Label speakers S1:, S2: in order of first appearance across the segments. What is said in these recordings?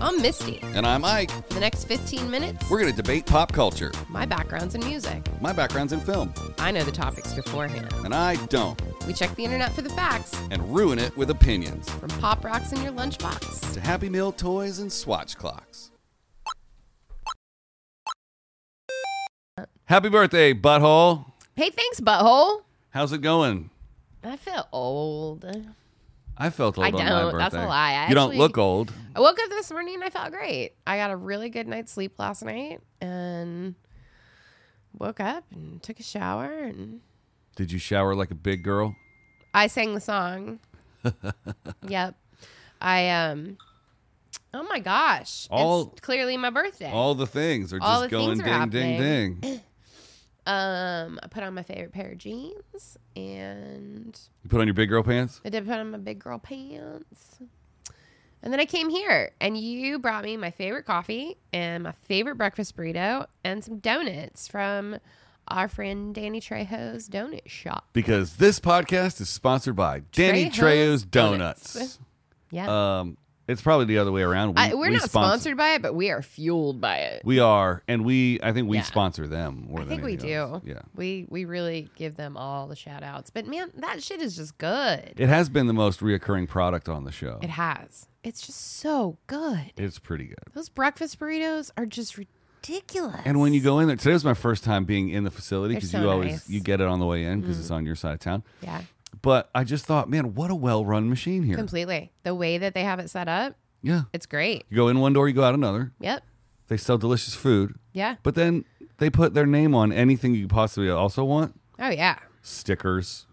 S1: I'm Misty.
S2: And I'm Ike.
S1: For the next 15 minutes,
S2: We're going to debate pop culture.
S1: my background's in music.
S2: My background's in film,
S1: I know the topics beforehand.
S2: and I don't.
S1: We check the internet for the facts,
S2: And ruin it with opinions.
S1: from pop rocks in your lunchbox.
S2: To Happy Meal toys and swatch clocks. Happy birthday, butthole.
S1: Hey, thanks, butthole.
S2: How's it going?
S1: I feel old. I
S2: I felt old
S1: I
S2: on my
S1: don't.
S2: birthday.
S1: That's a lie. I
S2: you don't
S1: actually-
S2: look old.
S1: woke up this morning and I felt great. I got a really good night's sleep last night and woke up and took a shower and
S2: Did you shower like a big girl?
S1: I sang the song. yep. I um Oh my gosh.
S2: All-
S1: it's clearly my birthday.
S2: All the things are
S1: All
S2: just
S1: the
S2: going
S1: things
S2: ding,
S1: are
S2: ding, ding.
S1: Um, I put on my favorite pair of jeans and
S2: You put on your big girl pants?
S1: I did put on my big girl pants. And then I came here and you brought me my favorite coffee and my favorite breakfast burrito and some donuts from our friend Danny Trejo's donut shop.
S2: Because this podcast is sponsored by Danny
S1: Trejo's
S2: Trejo's Donuts.
S1: Donuts. Yeah.
S2: Um, it's probably the other way around. We,
S1: I, we're
S2: we
S1: not
S2: sponsor-
S1: sponsored by it, but we are fueled by it.
S2: We are, and we. I think we
S1: Yeah.
S2: sponsor them
S1: I
S2: more than
S1: think we
S2: anything
S1: do.
S2: else. Yeah,
S1: We we really give them all the shout outs. But man, that shit is just good.
S2: it has been the most reoccurring product on the show.
S1: It has. It's just so good.
S2: it's pretty good.
S1: Those breakfast burritos are just ridiculous.
S2: And when you go in there, today was my first time being in the facility
S1: They're
S2: because
S1: so
S2: you always
S1: nice. Mm.
S2: you get it on the way in because it's on your side of town.
S1: Yeah.
S2: But I just thought, man, what a well-run machine here.
S1: Completely. The way that they have it set up,
S2: yeah,
S1: it's great.
S2: you go in one door, you go out another.
S1: Yep.
S2: They sell delicious food,
S1: Yeah.
S2: but then they put their name on anything you could possibly also want:
S1: Oh yeah.
S2: stickers,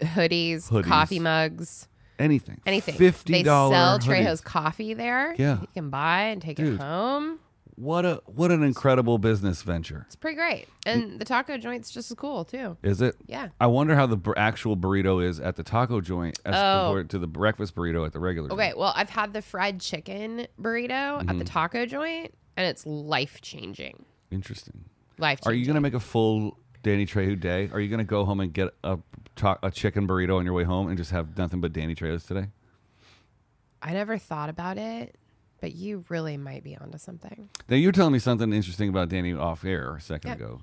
S1: Hoodies,
S2: Hoodies.
S1: coffee mugs,
S2: anything,
S1: anything.
S2: Fifty
S1: They sell
S2: dollars.
S1: Trejo's coffee there.
S2: Yeah.
S1: You can buy and take
S2: Dude.
S1: it home.
S2: What a what an incredible business venture.
S1: It's pretty great.
S2: Mm.
S1: And the taco joint's just as cool too.
S2: Is it?
S1: Yeah.
S2: I wonder how the bur- actual burrito is at the taco joint as
S1: Oh.
S2: compared to the breakfast burrito at the regular.
S1: Okay,
S2: joint.
S1: well, I've had the fried chicken burrito
S2: Mm-hmm.
S1: at the taco joint, and it's life changing.
S2: Interesting.
S1: Life changing.
S2: Are you gonna make a full Danny Trejo day? Are you gonna go home and get a ta- a chicken burrito on your way home and just have nothing but Danny Trejo's today?
S1: I never thought about it, but you really might be onto something.
S2: Now you were telling me something interesting about Danny off air a second
S1: Yeah.
S2: ago.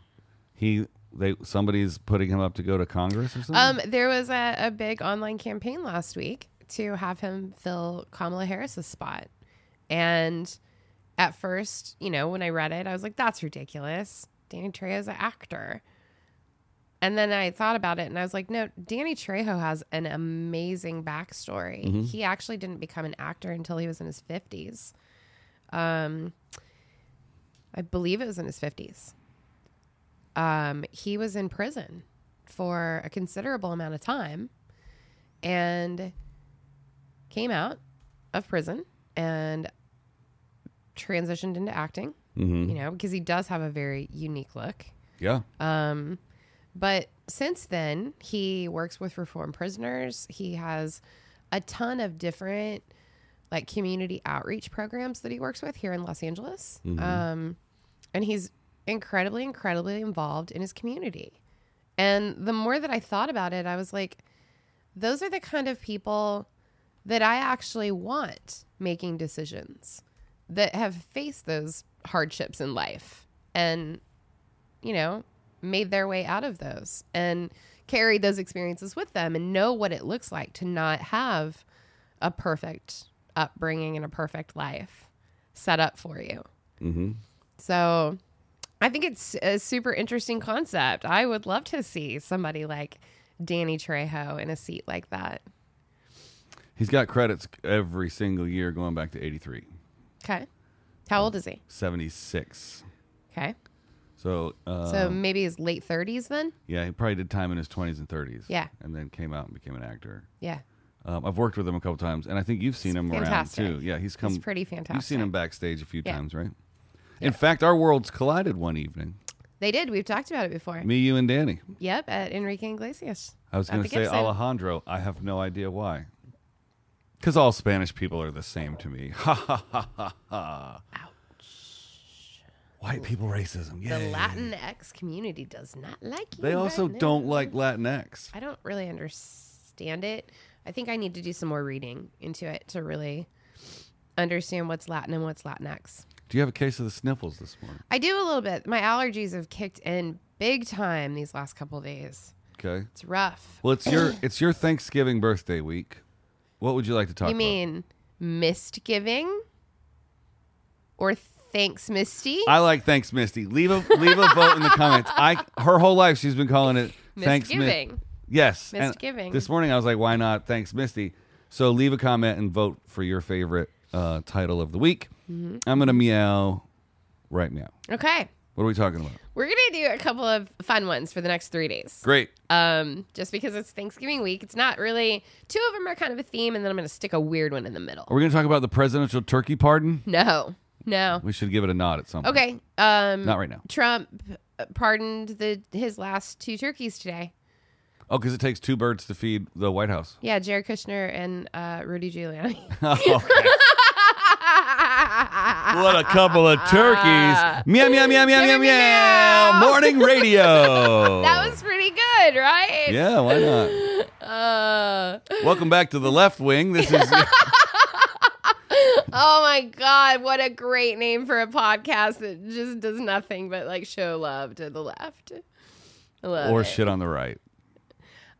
S2: He they somebody's putting him up to go to Congress or something.
S1: Um, there was a, a big online campaign last week to have him fill Kamala Harris's spot, and at first, you know, when I read it, I was like, "That's ridiculous." Danny Trejo's an actor. And then I thought about it and I was like, no, Danny Trejo has an amazing backstory. He actually didn't become an actor until he was in his 50s. Um, I believe it was in his 50s. Um, he was in prison for a considerable amount of time and came out of prison and transitioned into acting,
S2: Mhm.
S1: you know, because he does have a very unique look.
S2: yeah.
S1: Um, but since then, he works with reform prisoners. He has a ton of different like community outreach programs that he works with here in Los Angeles. Um, and he's incredibly, incredibly involved in his community. And the more that I thought about it, I was like, those are the kind of people that I actually want making decisions that have faced those hardships in life and, you know, made their way out of those and carried those experiences with them and know what it looks like to not have a perfect upbringing and a perfect life set up for you.
S2: hmm
S1: So I think it's a super interesting concept. I would love to see somebody like Danny Trejo in a seat like that.
S2: He's got credits every single year going back to 83,
S1: Okay. How old is he?
S2: 76.
S1: Okay.
S2: So, uh,
S1: So maybe his late 30s then?
S2: Yeah, he probably did time in his 20s and 30s.
S1: Yeah.
S2: And then came out and became an actor.
S1: Yeah.
S2: Um, I've worked with him a couple times, and I think you've seen him
S1: fantastic.
S2: around too. Yeah, he's come.
S1: He's pretty
S2: You've seen
S1: fantastic.
S2: him backstage a few
S1: Yeah.
S2: times, right? In fact, our worlds collided one evening.
S1: They did. We've talked about it before.
S2: Me, you, and Danny.
S1: Yep, at Enrique Iglesias.
S2: I was
S1: At
S2: going
S1: the
S2: to say
S1: Gibson.
S2: Alejandro. I have no idea why. Because all Spanish people are the same to me. Ha ha ha ha ha. White people racism.
S1: The
S2: Yeah.
S1: Latinx community does not like you.
S2: They also
S1: right now.
S2: don't like Latinx.
S1: I don't really understand it. I think I need to do some more reading into it to really understand what's Latin and what's Latinx.
S2: Do you have a case of the sniffles this morning?
S1: I do a little bit. My allergies have kicked in big time these last couple days.
S2: Okay.
S1: It's rough.
S2: Well, it's your it's your Thanksgiving birthday week. What would you like to talk
S1: you mean mist giving or thanks misty?
S2: about? I like thanks Misty. Leave a leave a vote in the comments. I her whole life she's been calling it thanks Misty.
S1: Misgiving.
S2: Yes. and
S1: Misgiving.
S2: This morning I was like, why not? Thanks, Misty. So leave a comment and vote for your favorite uh, title of the week.
S1: Mm-hmm.
S2: I'm gonna meow right meow.
S1: okay.
S2: What are we talking about?
S1: We're going to do a couple of fun ones for the next three days.
S2: Great.
S1: Um, just because it's Thanksgiving week, it's not really. Two of them are kind of a theme, and then I'm going to stick a weird one in the middle.
S2: Are we gonna talk about the presidential turkey pardon?
S1: No, no.
S2: We should give it a nod at some point.
S1: Okay. Um,
S2: Not right now.
S1: Trump uh, pardoned the his last two turkeys today.
S2: Oh, because it takes two birds to feed the White House. Oh,
S1: Yeah, Jared Kushner and uh, Rudy Giuliani.
S2: What a couple of turkeys. Meow, meow, meow, meow, meow, meow.
S1: Ah. meow, meow.
S2: Morning radio.
S1: that was pretty good, right?
S2: Yeah, why not?
S1: Uh,
S2: Welcome back to the left wing. This is
S1: oh my God! What a great name for a podcast that just does nothing but like show love to the left. I love
S2: or
S1: it.
S2: shit on the right.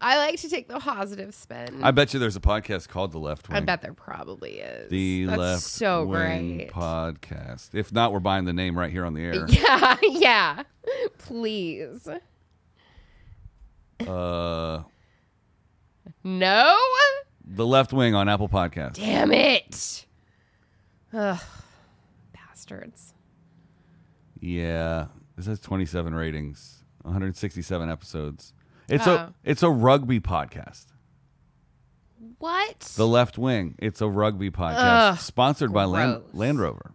S1: I like to take the positive spin.
S2: I bet you there's a podcast called The Left Wing.
S1: I bet there probably is.
S2: The
S1: That's
S2: Left
S1: so
S2: Wing
S1: great.
S2: podcast. If not, we're buying the name right here on the air.
S1: Yeah, yeah. Please.
S2: Uh,
S1: No?
S2: the Left Wing on Apple Podcasts.
S1: Damn it. Ugh. Bastards.
S2: Yeah, this has 27 ratings, 167 episodes. It's
S1: Oh.
S2: a it's a rugby podcast.
S1: What?
S2: The Left Wing. It's a rugby podcast
S1: Ugh,
S2: sponsored by Land,
S1: gross.
S2: Land Rover.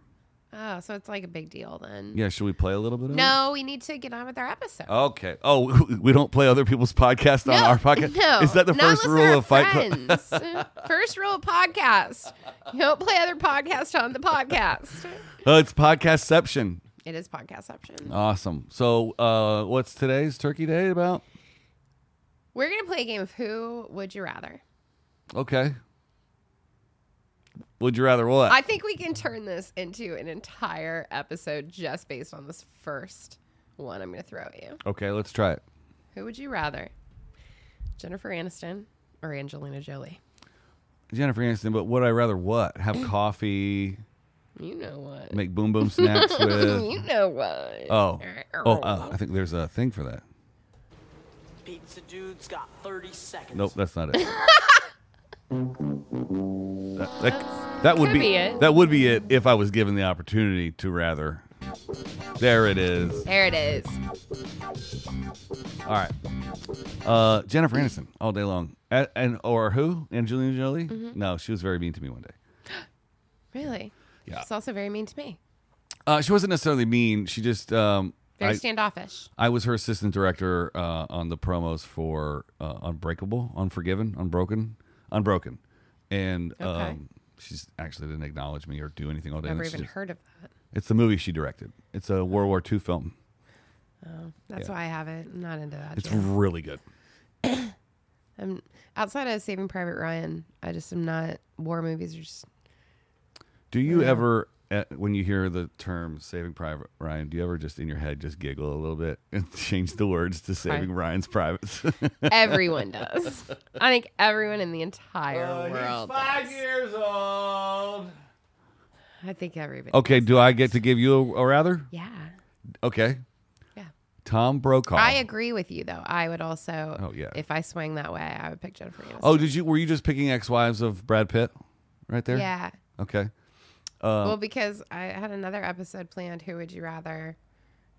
S1: oh, so it's like a big deal then.
S2: Yeah, should we play a little bit of
S1: No, we need to get on with our episode.
S2: it? Okay. Oh, we don't play other people's podcasts on
S1: No,
S2: our podcast.
S1: No,
S2: Is that the
S1: not
S2: first
S1: unless they're
S2: rule of Fight Club?
S1: friends. first rule of podcast. You don't play other podcasts on the podcast.
S2: Oh, it's podcastception.
S1: It is podcast option.
S2: Awesome. So, uh, what's today's Turkey Day about?
S1: We're gonna play a game of Who Would You Rather.
S2: Okay. Would you rather what?
S1: I think we can turn this into an entire episode just based on this first one I'm going to throw at you.
S2: okay, let's try it.
S1: Who would you rather? Jennifer Aniston or Angelina Jolie?
S2: Jennifer Aniston, but would I rather what? Have coffee,
S1: You know what?
S2: make boom boom snacks with?
S1: You know what?
S2: Oh, oh, uh, I think there's a thing for that.
S3: Pizza Dude's got 30 seconds.
S2: Nope, that's not it. that, that, that would
S1: could
S2: be,
S1: be it.
S2: that would be it if I was given the opportunity to rather. There it is.
S1: There it is.
S2: All right. Uh, Jennifer Aniston all day long, A- and or who? Angelina Jolie?
S1: Mm-hmm.
S2: No, she was very mean to me one day.
S1: Really?
S2: Yeah.
S1: She's also very mean to me.
S2: Uh, she wasn't necessarily mean. She just um,
S1: Very
S2: I,
S1: standoffish.
S2: I was her assistant director uh, on the promos for uh, Unbreakable, Unforgiven, Unbroken, Unbroken, and
S1: Okay.
S2: um, she's actually didn't acknowledge me or do anything all day.
S1: Never
S2: It's
S1: even
S2: just-
S1: heard of that.
S2: It's the movie she directed. It's a World War II film.
S1: That's
S2: Yeah.
S1: why I haven't. I'm not into that.
S2: It's
S1: yet.
S2: really good.
S1: I'm outside of Saving Private Ryan. I just am not. War movies are just.
S2: Do you ever, uh, when you hear the term Saving Private Ryan, do you ever just in your head just giggle a little bit and change the words to Saving Ryan's Privates?
S1: Everyone does. I think everyone in the entire
S2: Oh,
S1: world. does.
S2: years old.
S1: I think everybody.
S2: Okay, do I get to give you a, a rather?
S1: Yeah.
S2: Okay.
S1: Yeah.
S2: Tom Brokaw.
S1: I agree with you though. I would also.
S2: Oh, yeah.
S1: If I swing that way, I would pick Jennifer Aniston.
S2: oh, did you? Were you just picking ex-wives of Brad Pitt, right there? Uh,
S1: yeah.
S2: Okay.
S1: well, because I had another episode planned. Who would you rather?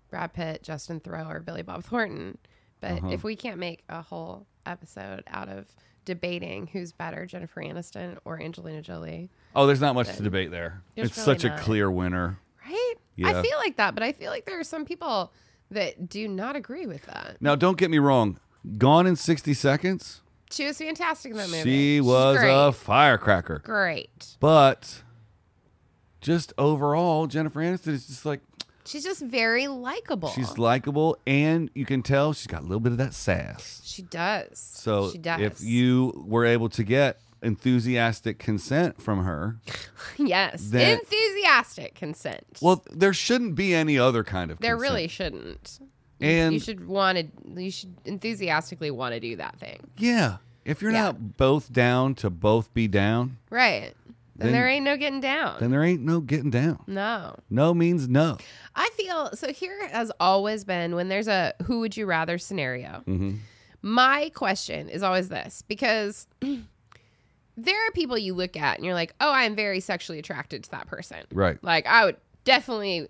S1: Brad Pitt, Justin Thoreau, or Billy Bob Thornton? But
S2: Uh-huh.
S1: if we can't make a whole episode out of debating who's better, Jennifer Aniston or Angelina Jolie,
S2: Oh, there's not much to debate there.
S1: There's
S2: it's
S1: really
S2: such
S1: not.
S2: a clear winner.
S1: right?
S2: Yeah.
S1: I feel like that, but I feel like there are some people that do not agree with that.
S2: Now, don't get me wrong. Gone in 60 seconds.
S1: She was fantastic in that movie.
S2: She
S1: She's
S2: was
S1: great.
S2: a firecracker.
S1: great.
S2: But just overall, Jennifer Aniston is just like
S1: She's just very likable.
S2: she's likable, and you can tell she's got a little bit of that sass.
S1: she does.
S2: So
S1: she does.
S2: if you were able to get enthusiastic consent from her,
S1: yes.
S2: That-
S1: Enthusiastic consent.
S2: well, there shouldn't be any other kind of
S1: there
S2: consent.
S1: really shouldn't. You-
S2: And-
S1: you should want to. You should enthusiastically want to do that thing,
S2: Yeah. If you're
S1: Yeah.
S2: not both down to both be down,
S1: right? Then,
S2: Then-
S1: there ain't no getting down.
S2: then there ain't no getting down.
S1: no.
S2: No means no.
S1: I feel so here has always been when there's a who would you rather scenario.
S2: Mm-hmm.
S1: My question is always this because there are people you look at and you're like, oh, I am very sexually attracted to that person.
S2: Right.
S1: Like, I would definitely,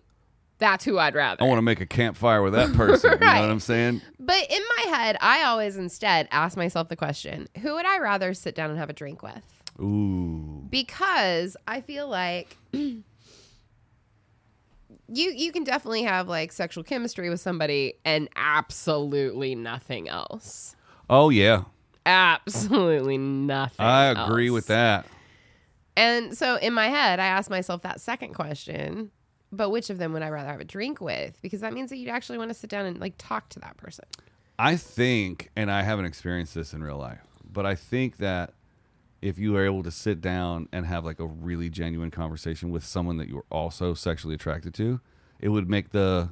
S1: that's who I'd rather.
S2: I want to make a campfire with that person. You know
S1: Right.
S2: what I'm saying?
S1: but in my head, I always instead ask myself the question who would I rather sit down and have a drink with?
S2: Ooh.
S1: because I feel like you you can definitely have like sexual chemistry with somebody and absolutely nothing else.
S2: Oh yeah.
S1: Absolutely nothing.
S2: I agree with
S1: else.
S2: that.
S1: And so in my head, I asked myself that second question. But which of them would I rather have a drink with? Because that means that you'd actually want to sit down and like talk to that person.
S2: I think, and I haven't experienced this in real life, but I think that if you are able to sit down and have like a really genuine conversation with someone that you're also sexually attracted to, it would make the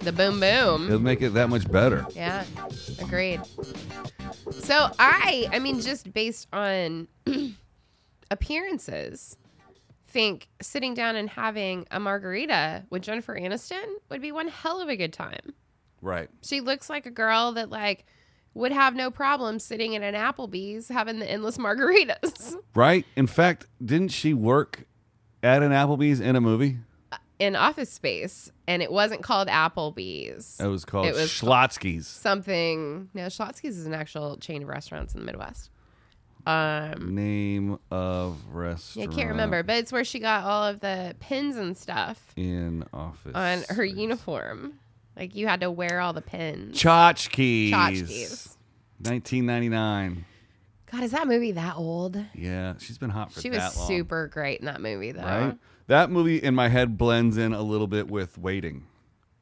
S1: The boom boom.
S2: it would make it that much better.
S1: Yeah, agreed. So I, I mean, just based on appearances, think sitting down and having a margarita with Jennifer Aniston would be one hell of a good time.
S2: Right.
S1: She looks like a girl that like would have no problem sitting in an Applebee's having the endless margaritas
S2: Right? In fact, didn't she work at an Applebee's in a movie?
S1: in office space, and it wasn't called Applebee's.
S2: It was called
S1: It was-
S2: Schlotsky's.
S1: Something. No, Schlotsky's is an actual chain of restaurants in the Midwest. Um,
S2: Name of
S1: Yeah, I
S2: restaurant.
S1: can't remember, but it's where she got all of the pins and stuff
S2: In office.
S1: on her uniform. Like you had to wear all the pins.
S2: Tchotchkes.
S1: Tchotchkes.
S2: 1999.
S1: God, is that movie that old?
S2: Yeah, she's been hot for
S1: She was
S2: that long.
S1: super great in that movie, though.
S2: right? That movie in my head blends in a little bit with Waiting.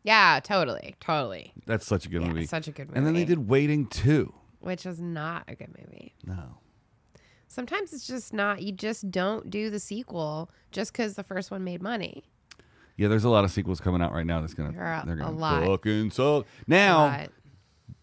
S1: Yeah, totally, totally.
S2: That's such a good
S1: Yeah,
S2: movie.
S1: such a good movie.
S2: And then they did Waiting too.
S1: which was not a good movie.
S2: No.
S1: Sometimes it's just not. You just don't do the sequel just because the first one made money.
S2: Yeah, there's a lot of sequels coming out right now that's gonna
S1: There are
S2: they're gonna
S1: a lot.
S2: fucking suck. Now
S1: But,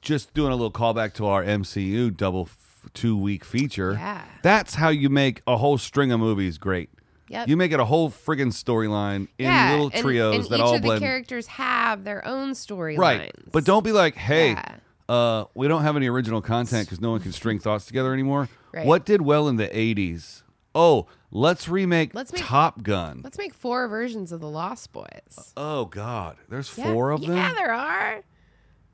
S2: just doing a little callback to our MCU double f- two week feature.
S1: Yeah.
S2: That's how you make a whole string of movies great.
S1: Yep.
S2: You make it a whole friggin' storyline in
S1: yeah,
S2: little
S1: and-
S2: trios
S1: and,
S2: that
S1: each
S2: all
S1: of
S2: blend
S1: the characters have their own storylines.
S2: right. But don't be like, hey,
S1: Yeah.
S2: uh, we don't have any original content because no one can string thoughts together anymore.
S1: Right.
S2: What did well in the '80s? Oh, let's remake
S1: Let's make-
S2: Top Gun.
S1: Let's make four versions of the Lost Boys.
S2: Oh God, there's
S1: Yeah.
S2: four of them.
S1: Yeah, there are.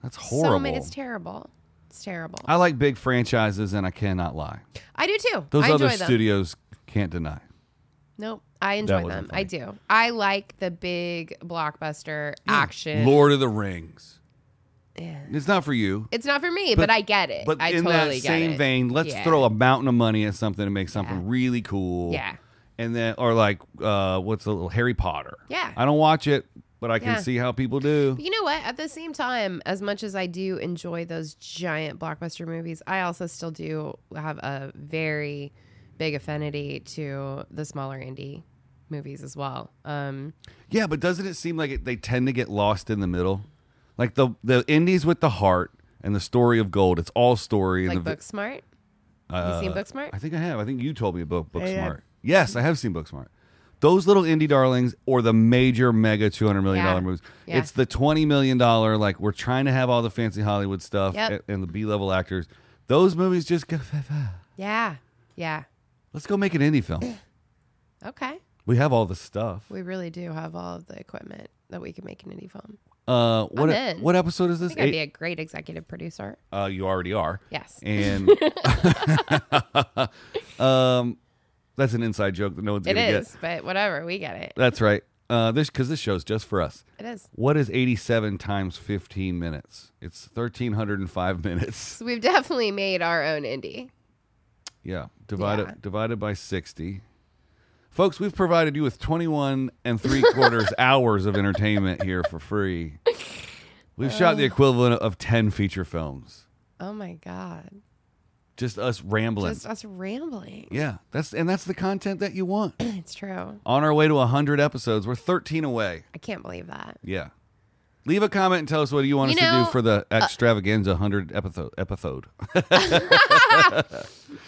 S2: That's horrible.
S1: So many. It's terrible. It's terrible.
S2: I like big franchises, and I cannot lie.
S1: I do too.
S2: Those
S1: I
S2: other
S1: enjoy them.
S2: studios can't deny.
S1: Nope. I enjoy
S2: wasn't
S1: them. I do. I like the big blockbuster action.
S2: Lord of the Rings.
S1: Yeah.
S2: It's not for you.
S1: It's not for me, but, I get it.
S2: But
S1: I
S2: in
S1: totally
S2: that
S1: get
S2: same
S1: it.
S2: vein, let's
S1: Yeah.
S2: throw a mountain of money at something and make something
S1: Yeah.
S2: really cool.
S1: Yeah.
S2: And then, or like, uh, what's the little Harry Potter?
S1: Yeah.
S2: I don't watch it, but I can
S1: Yeah.
S2: see how people do.
S1: But You know what? At the same time, as much as I do enjoy those giant blockbuster movies, I also still do have a very big affinity to the smaller indie movies as well. Um,
S2: Yeah, but doesn't it seem like it, they tend to get lost in the middle? Like the the indies with the heart and the story of gold. It's all story.
S1: like
S2: and the, Uh,
S1: Booksmart. Have you seen Booksmart?
S2: I think I have. I think you told me about Booksmart.
S1: yeah.
S2: Yes, I have seen Booksmart. Those little indie darlings or the major mega two hundred million dollar
S1: Yeah.
S2: movies.
S1: Yeah.
S2: It's the twenty million dollar like we're trying to have all the fancy Hollywood stuff
S1: Yep.
S2: and, and the B level actors. Those movies just go.
S1: Yeah. Yeah.
S2: Let's go make an indie film.
S1: Okay.
S2: We have all the stuff.
S1: We really do have all of the equipment that we can make an indie film.
S2: Uh, what
S1: in.
S2: what episode is
S1: I
S2: this?
S1: think I'd be
S2: Eight-
S1: a great executive producer.
S2: uh, you already are.
S1: Yes.
S2: and um, that's an inside joke that no one's
S1: It
S2: gonna
S1: is,
S2: get.
S1: but whatever. We get it.
S2: That's right. Uh, this because this show's just for us.
S1: It is.
S2: What is 87 times 15 minutes? It's 1305 minutes.
S1: So we've definitely made our own indie.
S2: Yeah, divided
S1: Yeah.
S2: divided by 60. Folks, we've provided you with 21 and three quarters hours of entertainment here for free.
S1: Oh.
S2: We've shot the equivalent of 10 feature films.
S1: Oh my God.
S2: Just us rambling.
S1: Just us rambling.
S2: yeah, that's and that's the content that you want.
S1: It's true.
S2: On our way to 100 episodes, we're 13 away.
S1: I can't believe that.
S2: Yeah. Leave a comment and tell us what you want
S1: You
S2: us to
S1: know, uh,
S2: do for the extravaganza 100 epitho- episode.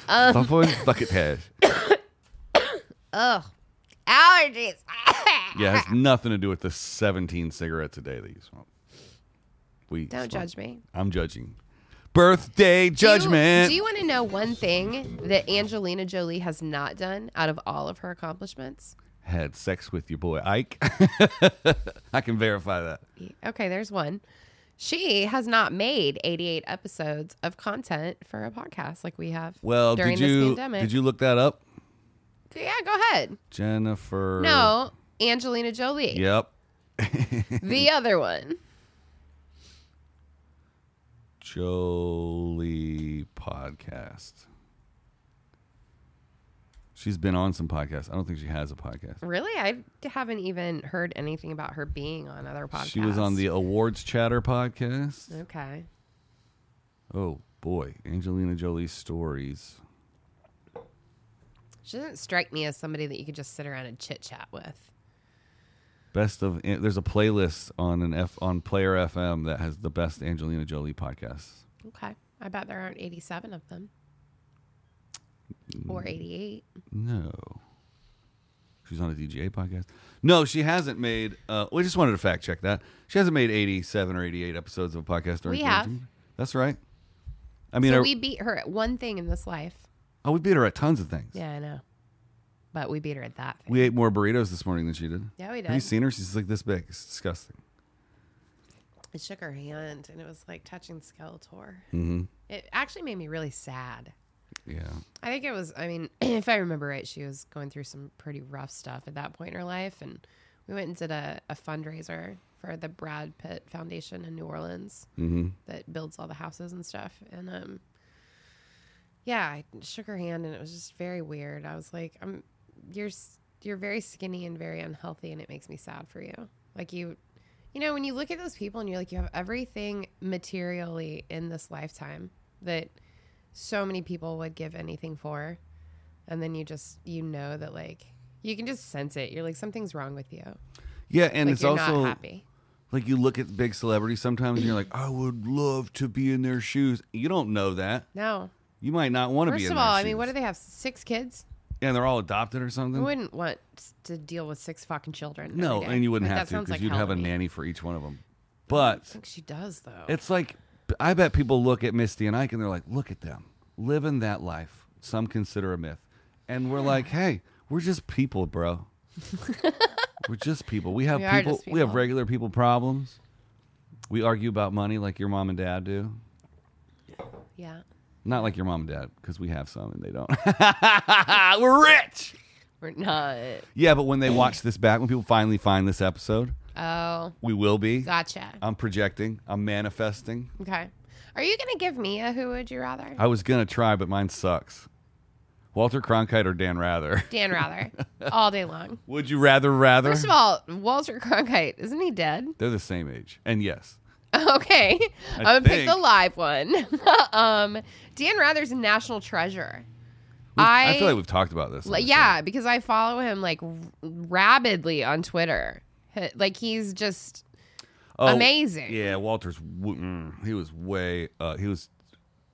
S1: Um,
S2: Buffalo bucket head.
S1: Allergies.
S2: Yeah, it has nothing to do with the 17 cigarettes a day that you smoke. We
S1: Don't
S2: smoke.
S1: judge me.
S2: I'm judging. Birthday judgment.
S1: Do you, want to know one thing that Angelina Jolie has not done out of all of her accomplishments?
S2: Had sex with your boy Ike. I can verify that.
S1: Okay, there's one. She has not made 88 episodes of content for a podcast like we have
S2: Well,
S1: during
S2: did you
S1: this pandemic.
S2: did you look that up?
S1: Yeah, go ahead.
S2: Jennifer.
S1: No, Angelina Jolie.
S2: Yep.
S1: The other one.
S2: Jolie podcast. She's been on some podcasts. I don't think she has a podcast.
S1: Really? I haven't even heard anything about her being on other podcasts.
S2: She was on the Awards Chatter podcast.
S1: Okay.
S2: Oh boy, Angelina Jolie's stories.
S1: She doesn't strike me as somebody that you could just sit around and chit chat with.
S2: Best of eh, there's a playlist on an F on Player FM that has the best Angelina Jolie podcasts.
S1: Okay. I bet there aren't 87 of them. Or 88.
S2: No. She's on a DJ podcast. No, she hasn't made. Uh, we just wanted to fact check that she hasn't made eighty-seven or eighty-eight episodes of a podcast. during
S1: We have.
S2: quarantine. That's right. I mean,
S1: so
S2: are-
S1: we beat her at one thing in this life.
S2: oh, we beat her at tons of things.
S1: Yeah, I know. But we beat her at that thing.
S2: We ate more burritos this morning than she did.
S1: Yeah, we
S2: Have you
S1: did.
S2: seen her? She's like this big. It's disgusting.
S1: I shook her hand and it was like touching Skeletor. Mm-hmm. It actually made me really sad.
S2: Yeah.
S1: I think it was, I mean, if I remember right, she was going through some pretty rough stuff at that point in her life. And we went and did a, a fundraiser for the Brad Pitt Foundation in New Orleans that builds all the houses and stuff. And um, yeah, I shook her hand and it was just very weird. I was like, I'm, you're, s- you're very skinny and very unhealthy and it makes me sad for you. Like you, you know, when you look at those people and you're like, you have everything materially in this lifetime that so many people would give anything for and then you just you know that like you can just sense it you're like something's wrong with you
S2: Yeah, and
S1: like
S2: it's
S1: you're
S2: also
S1: not happy
S2: like you look at big celebrities sometimes, and you're like, I would love to be in their shoes. You don't know that.
S1: no
S2: You might not want to be.
S1: first
S2: in
S1: of
S2: their
S1: all i
S2: shoes.
S1: mean what do they have six kids
S2: And they're all adopted or
S1: i
S2: something.
S1: wouldn't want to deal with six fucking children every
S2: No,
S1: day.
S2: and you wouldn't
S1: Like,
S2: have
S1: that
S2: to
S1: sounds
S2: because
S1: like
S2: you'd
S1: hell
S2: have
S1: to
S2: a
S1: me.
S2: nanny for each one of them.
S1: i
S2: But
S1: think she does though
S2: it's like I bet people look at Misty and Ike and they're like, "Look at them living that life." Some consider a myth, and we're like, "Hey, we're just people, bro. we're just people. We have
S1: We are
S2: people,
S1: just
S2: We have
S1: people.
S2: regular people problems. We argue about money like your mom and dad do.
S1: yeah
S2: Not like your mom and dad because we have some and they don't. we're rich.
S1: we're not
S2: Yeah, but when they watch this back, when people finally find this episode,
S1: oh
S2: we will be.
S1: gotcha
S2: I'm projecting. I'm manifesting.
S1: okay are you gonna give me a who would you rather
S2: I was gonna try, but mine sucks. Walter Cronkite or Dan Rather?
S1: dan rather all day long
S2: Would you rather rather?
S1: first of all walter cronkite isn't he dead
S2: They're the same age, and yes,
S1: Okay. I am gonna pick the
S2: think.
S1: live one. um Dan Rather's a national treasure.
S2: We've-
S1: I,
S2: feel like we've talked about this. on
S1: li-
S2: the
S1: yeah,
S2: show.
S1: because I follow him like r- rabidly on Twitter. H- Like he's just
S2: Oh,
S1: amazing.
S2: Yeah, Walter's. w- mm, He was way. Uh, he was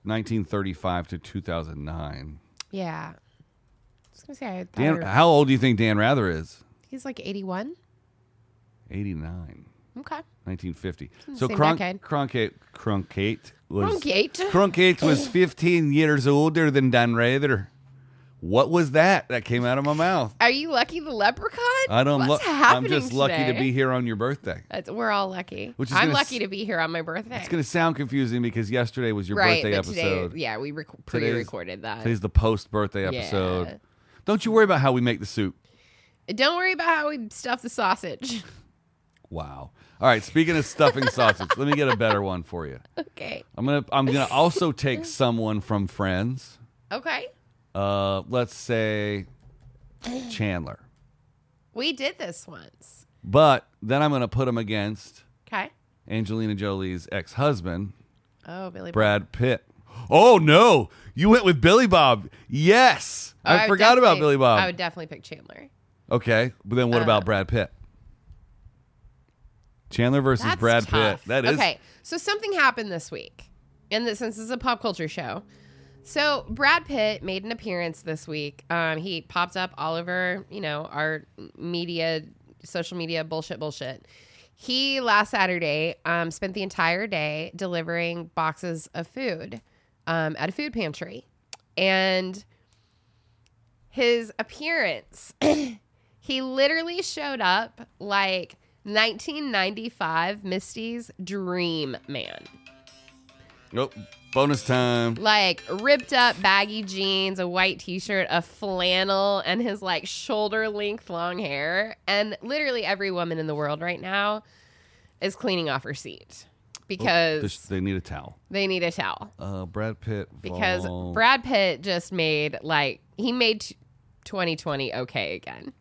S2: 1935 to 2009.
S1: yeah. I was gonna say I thought
S2: Dan,
S1: I-
S2: how old do you think Dan Rather is?
S1: he's like 81.
S2: 89.
S1: Okay.
S2: 1950. So
S1: same
S2: Cron-
S1: decade.
S2: Cronkite, Cronkite was
S1: Cronkite.
S2: Cronkite was 15 years older than Dan Rather. What was that that came out of my mouth?
S1: Are you lucky the leprechaun?
S2: I don't.
S1: What's
S2: look. I'm
S1: happening
S2: just lucky to
S1: today?
S2: be here on your birthday.
S1: That's, we're all lucky.
S2: Which is
S1: I'm
S2: gonna
S1: lucky
S2: s-
S1: to be here on my birthday.
S2: It's gonna sound confusing because yesterday was your
S1: right,
S2: birthday
S1: but
S2: episode.
S1: today, yeah, we rec-
S2: Today's-
S1: pre-recorded that.
S2: Today's the post birthday episode.
S1: Yeah.
S2: Don't you worry about how we make the soup.
S1: Don't worry about how we stuff the sausage.
S2: Wow. All right. Speaking of stuffing sausage, let me get a better one for you.
S1: okay.
S2: I'm gonna. I'm gonna also take someone from Friends.
S1: Okay.
S2: Uh, let's say Chandler.
S1: We did this once.
S2: But then I'm going to put him against
S1: Okay.
S2: Angelina Jolie's ex husband,
S1: Oh, Billy.
S2: Brad Pitt. Oh no, you went with Billy Bob. Yes,
S1: Oh,
S2: I,
S1: would
S2: forgot about
S1: definitely-
S2: Billy Bob.
S1: I would Uh, definitely pick Chandler.
S2: Okay, but then what about Brad Pitt? Chandler versus
S1: That's
S2: Brad
S1: tough.
S2: Pitt. That is
S1: okay. So something happened this week, and this, since this is a pop culture show, so Brad Pitt made an appearance this week. Um, he popped up all over, you know, our media, social media bullshit, bullshit. He last Saturday um, spent the entire day delivering boxes of food um, at a food pantry, and his appearance He literally showed up like 1995 Misty's dream man.
S2: nope. Bonus time.
S1: Like ripped up baggy jeans, a white t-shirt, a flannel and his like shoulder length long hair and literally every woman in the world right now is cleaning off her seat
S2: Just-
S1: because
S2: They need a towel.
S1: they need a towel
S2: Uh, Brad Pitt.
S1: because
S2: vol-
S1: Brad Pitt just made like he made t- 2020 okay again.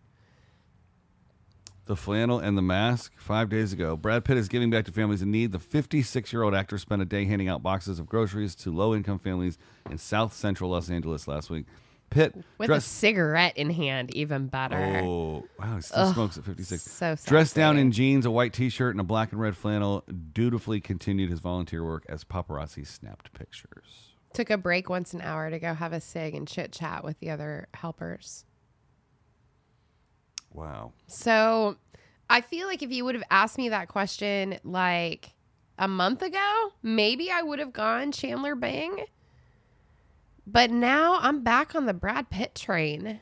S2: the flannel and the mask five days ago. Brad Pitt is giving back to families in need. The 56 year old actor spent a day handing out boxes of groceries to low income families in South Central Los Angeles last week. Pitt
S1: With a
S2: dressed.
S1: cigarette in hand, even better.
S2: Oh, wow. He still smokes at 56.
S1: so
S2: Dressed down
S1: sexy.
S2: in jeans, a white t shirt, and a black and red flannel, dutifully continued his volunteer work as paparazzi snapped pictures.
S1: Took a break once an hour to go have a cig and chit chat with the other helpers.
S2: Wow.
S1: So I feel like if you would have asked me that question like a month ago, maybe I would have gone Chandler Bing. But now I'm back on the Brad Pitt train.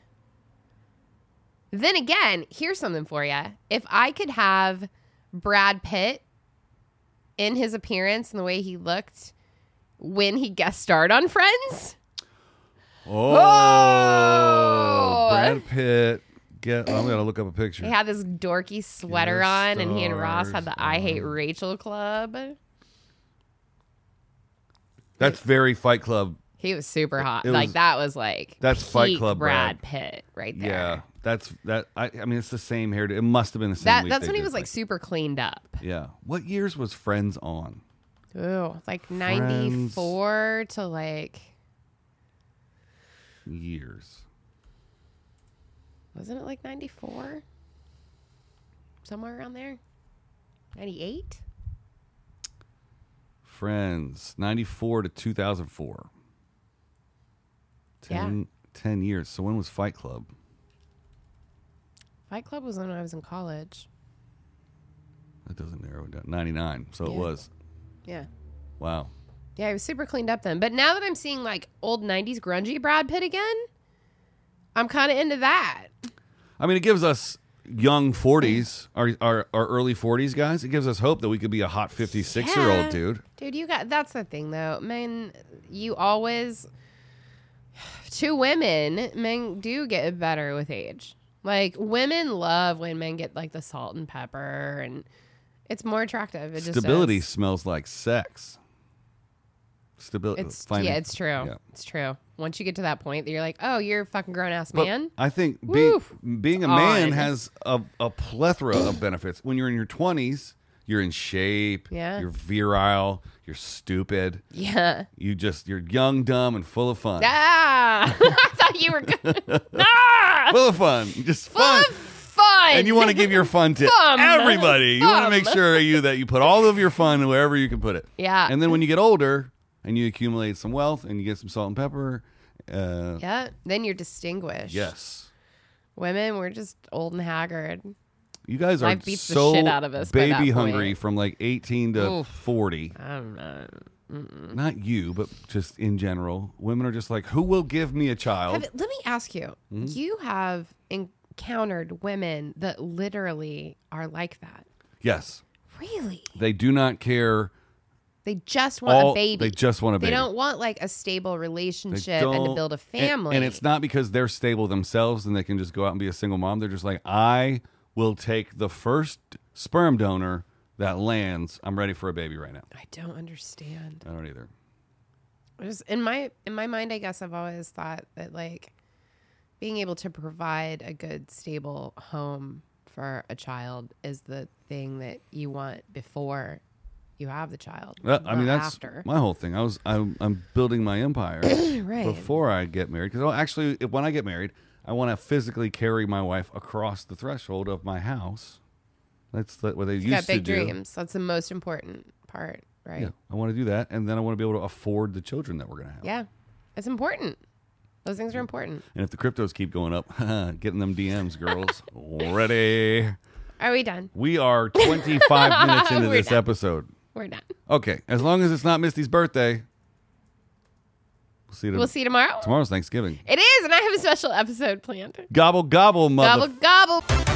S1: Then again, here's something for you. If I could have Brad Pitt in his appearance and the way he looked when he guest starred on Friends.
S2: Oh,
S1: Oh!
S2: Brad Pitt. Get, I'm going to look up a picture.
S1: He had this dorky sweater
S2: Guest
S1: on, and he and Ross had the
S2: stars uh-huh.
S1: I Hate
S2: on-
S1: Rachel Club.
S2: That's very Fight Club
S1: He was super hot.
S2: it was-
S1: like that was like
S2: That's Fight
S1: peak
S2: Club
S1: Brad Pitt right there.
S2: Yeah, that's that. I, I mean, it's the same hairdo. It must have been the same.
S1: That
S2: week
S1: that's
S2: they
S1: when he
S2: did
S1: was like
S2: Fight
S1: super cleaned up.
S2: Club. yeah. What years was Friends on?
S1: Ooh, like ninety four to like
S2: Years.
S1: wasn't it like ninety four? Somewhere around there. Ninety eight?
S2: Friends, ninety four to two thousand four.
S1: Yeah.
S2: Ten, ten years. So when was Fight Club?
S1: Fight Club was when I was in college.
S2: That doesn't narrow it down. Ninety nine. So it
S1: Yeah.
S2: was.
S1: Yeah.
S2: Wow.
S1: Yeah, he was super cleaned up then. But now that I'm seeing like old nineties grungy Brad Pitt again, I'm kinda into that.
S2: I mean, it gives us young forties, our, our our early forties guys. It gives us hope that we could be a hot fifty six year
S1: Yeah.
S2: old dude.
S1: Dude, you got that's the thing though. Men, you always to women, men do get better with age. Like women love when men get like the salt and pepper, and it's more attractive. It just
S2: Stability
S1: is.
S2: smells like sex. Stability.
S1: It's yeah, it's true. It's true. Once you get to that point, that you're like, oh, you're a fucking grown ass
S2: But
S1: man.
S2: I think being,
S1: Woof.
S2: being a man
S1: On.
S2: has a, a plethora of benefits. When you're in your 20s, you're in shape,
S1: Yeah.
S2: you're virile, you're stupid,
S1: Yeah.
S2: you just, you're young, dumb, and full of fun.
S1: Ah, I thought you were good. ah,
S2: Full of fun. Just fun.
S1: fun.
S2: And you want to give your fun to
S1: Fun.
S2: everybody. You want to make
S1: Fun.
S2: sure you that you put all of your fun wherever you can put it.
S1: Yeah.
S2: And then when you get older and you accumulate some wealth and you get some salt and pepper, uh,
S1: yeah. Then you're distinguished.
S2: yes.
S1: Women, we're just old and haggard.
S2: You guys are
S1: Life beats the
S2: so
S1: shit out of us by that
S2: baby hungry
S1: point.
S2: from like 18 to
S1: Oof.
S2: 40.
S1: I'm not.
S2: Not you, but just in general. Women are just like, who will give me a child?
S1: Have, let me ask you.
S2: Hmm?
S1: You have encountered women that literally are like that.
S2: yes.
S1: Really?
S2: They do not care.
S1: They just want
S2: All-
S1: a baby.
S2: they just want a
S1: They
S2: baby.
S1: don't want like a stable
S2: They
S1: relationship and to
S2: don't-
S1: build a
S2: and-
S1: family.
S2: And, it's not because they're stable themselves and they can just go out and be a single mom. They're just like, I will take the first sperm donor that lands. I'm ready for a baby right now.
S1: I don't understand.
S2: I don't either.
S1: I just- in my in my mind, I guess I've always thought that like being able to provide a good stable home for a child is the thing that you want before you you have the child.
S2: Uh, I mean,
S1: not
S2: that's
S1: after.
S2: my whole thing. I was I'm, I'm building my empire
S1: right.
S2: before I get married because actually, if, when I get married, I want to physically carry my wife across the threshold of my house. That's the, what they
S1: you got
S2: used to
S1: big
S2: do.
S1: dreams. That's the most important part, right?
S2: Yeah, I want to do that, and then I want to be able to afford the children that we're gonna have.
S1: Yeah. It's important. Those things are important.
S2: And if the cryptos keep going up, getting them DMs, girls, ready.
S1: Are we done?
S2: We are 25 minutes into
S1: We're
S2: this
S1: done.
S2: episode.
S1: We're done.
S2: Okay, as long as it's not Misty's birthday, we'll see. You
S1: We'll see you tomorrow.
S2: Tomorrow's Thanksgiving.
S1: It is, and I have a special episode planned.
S2: Gobble gobble, mother.
S1: Gobble, gobble.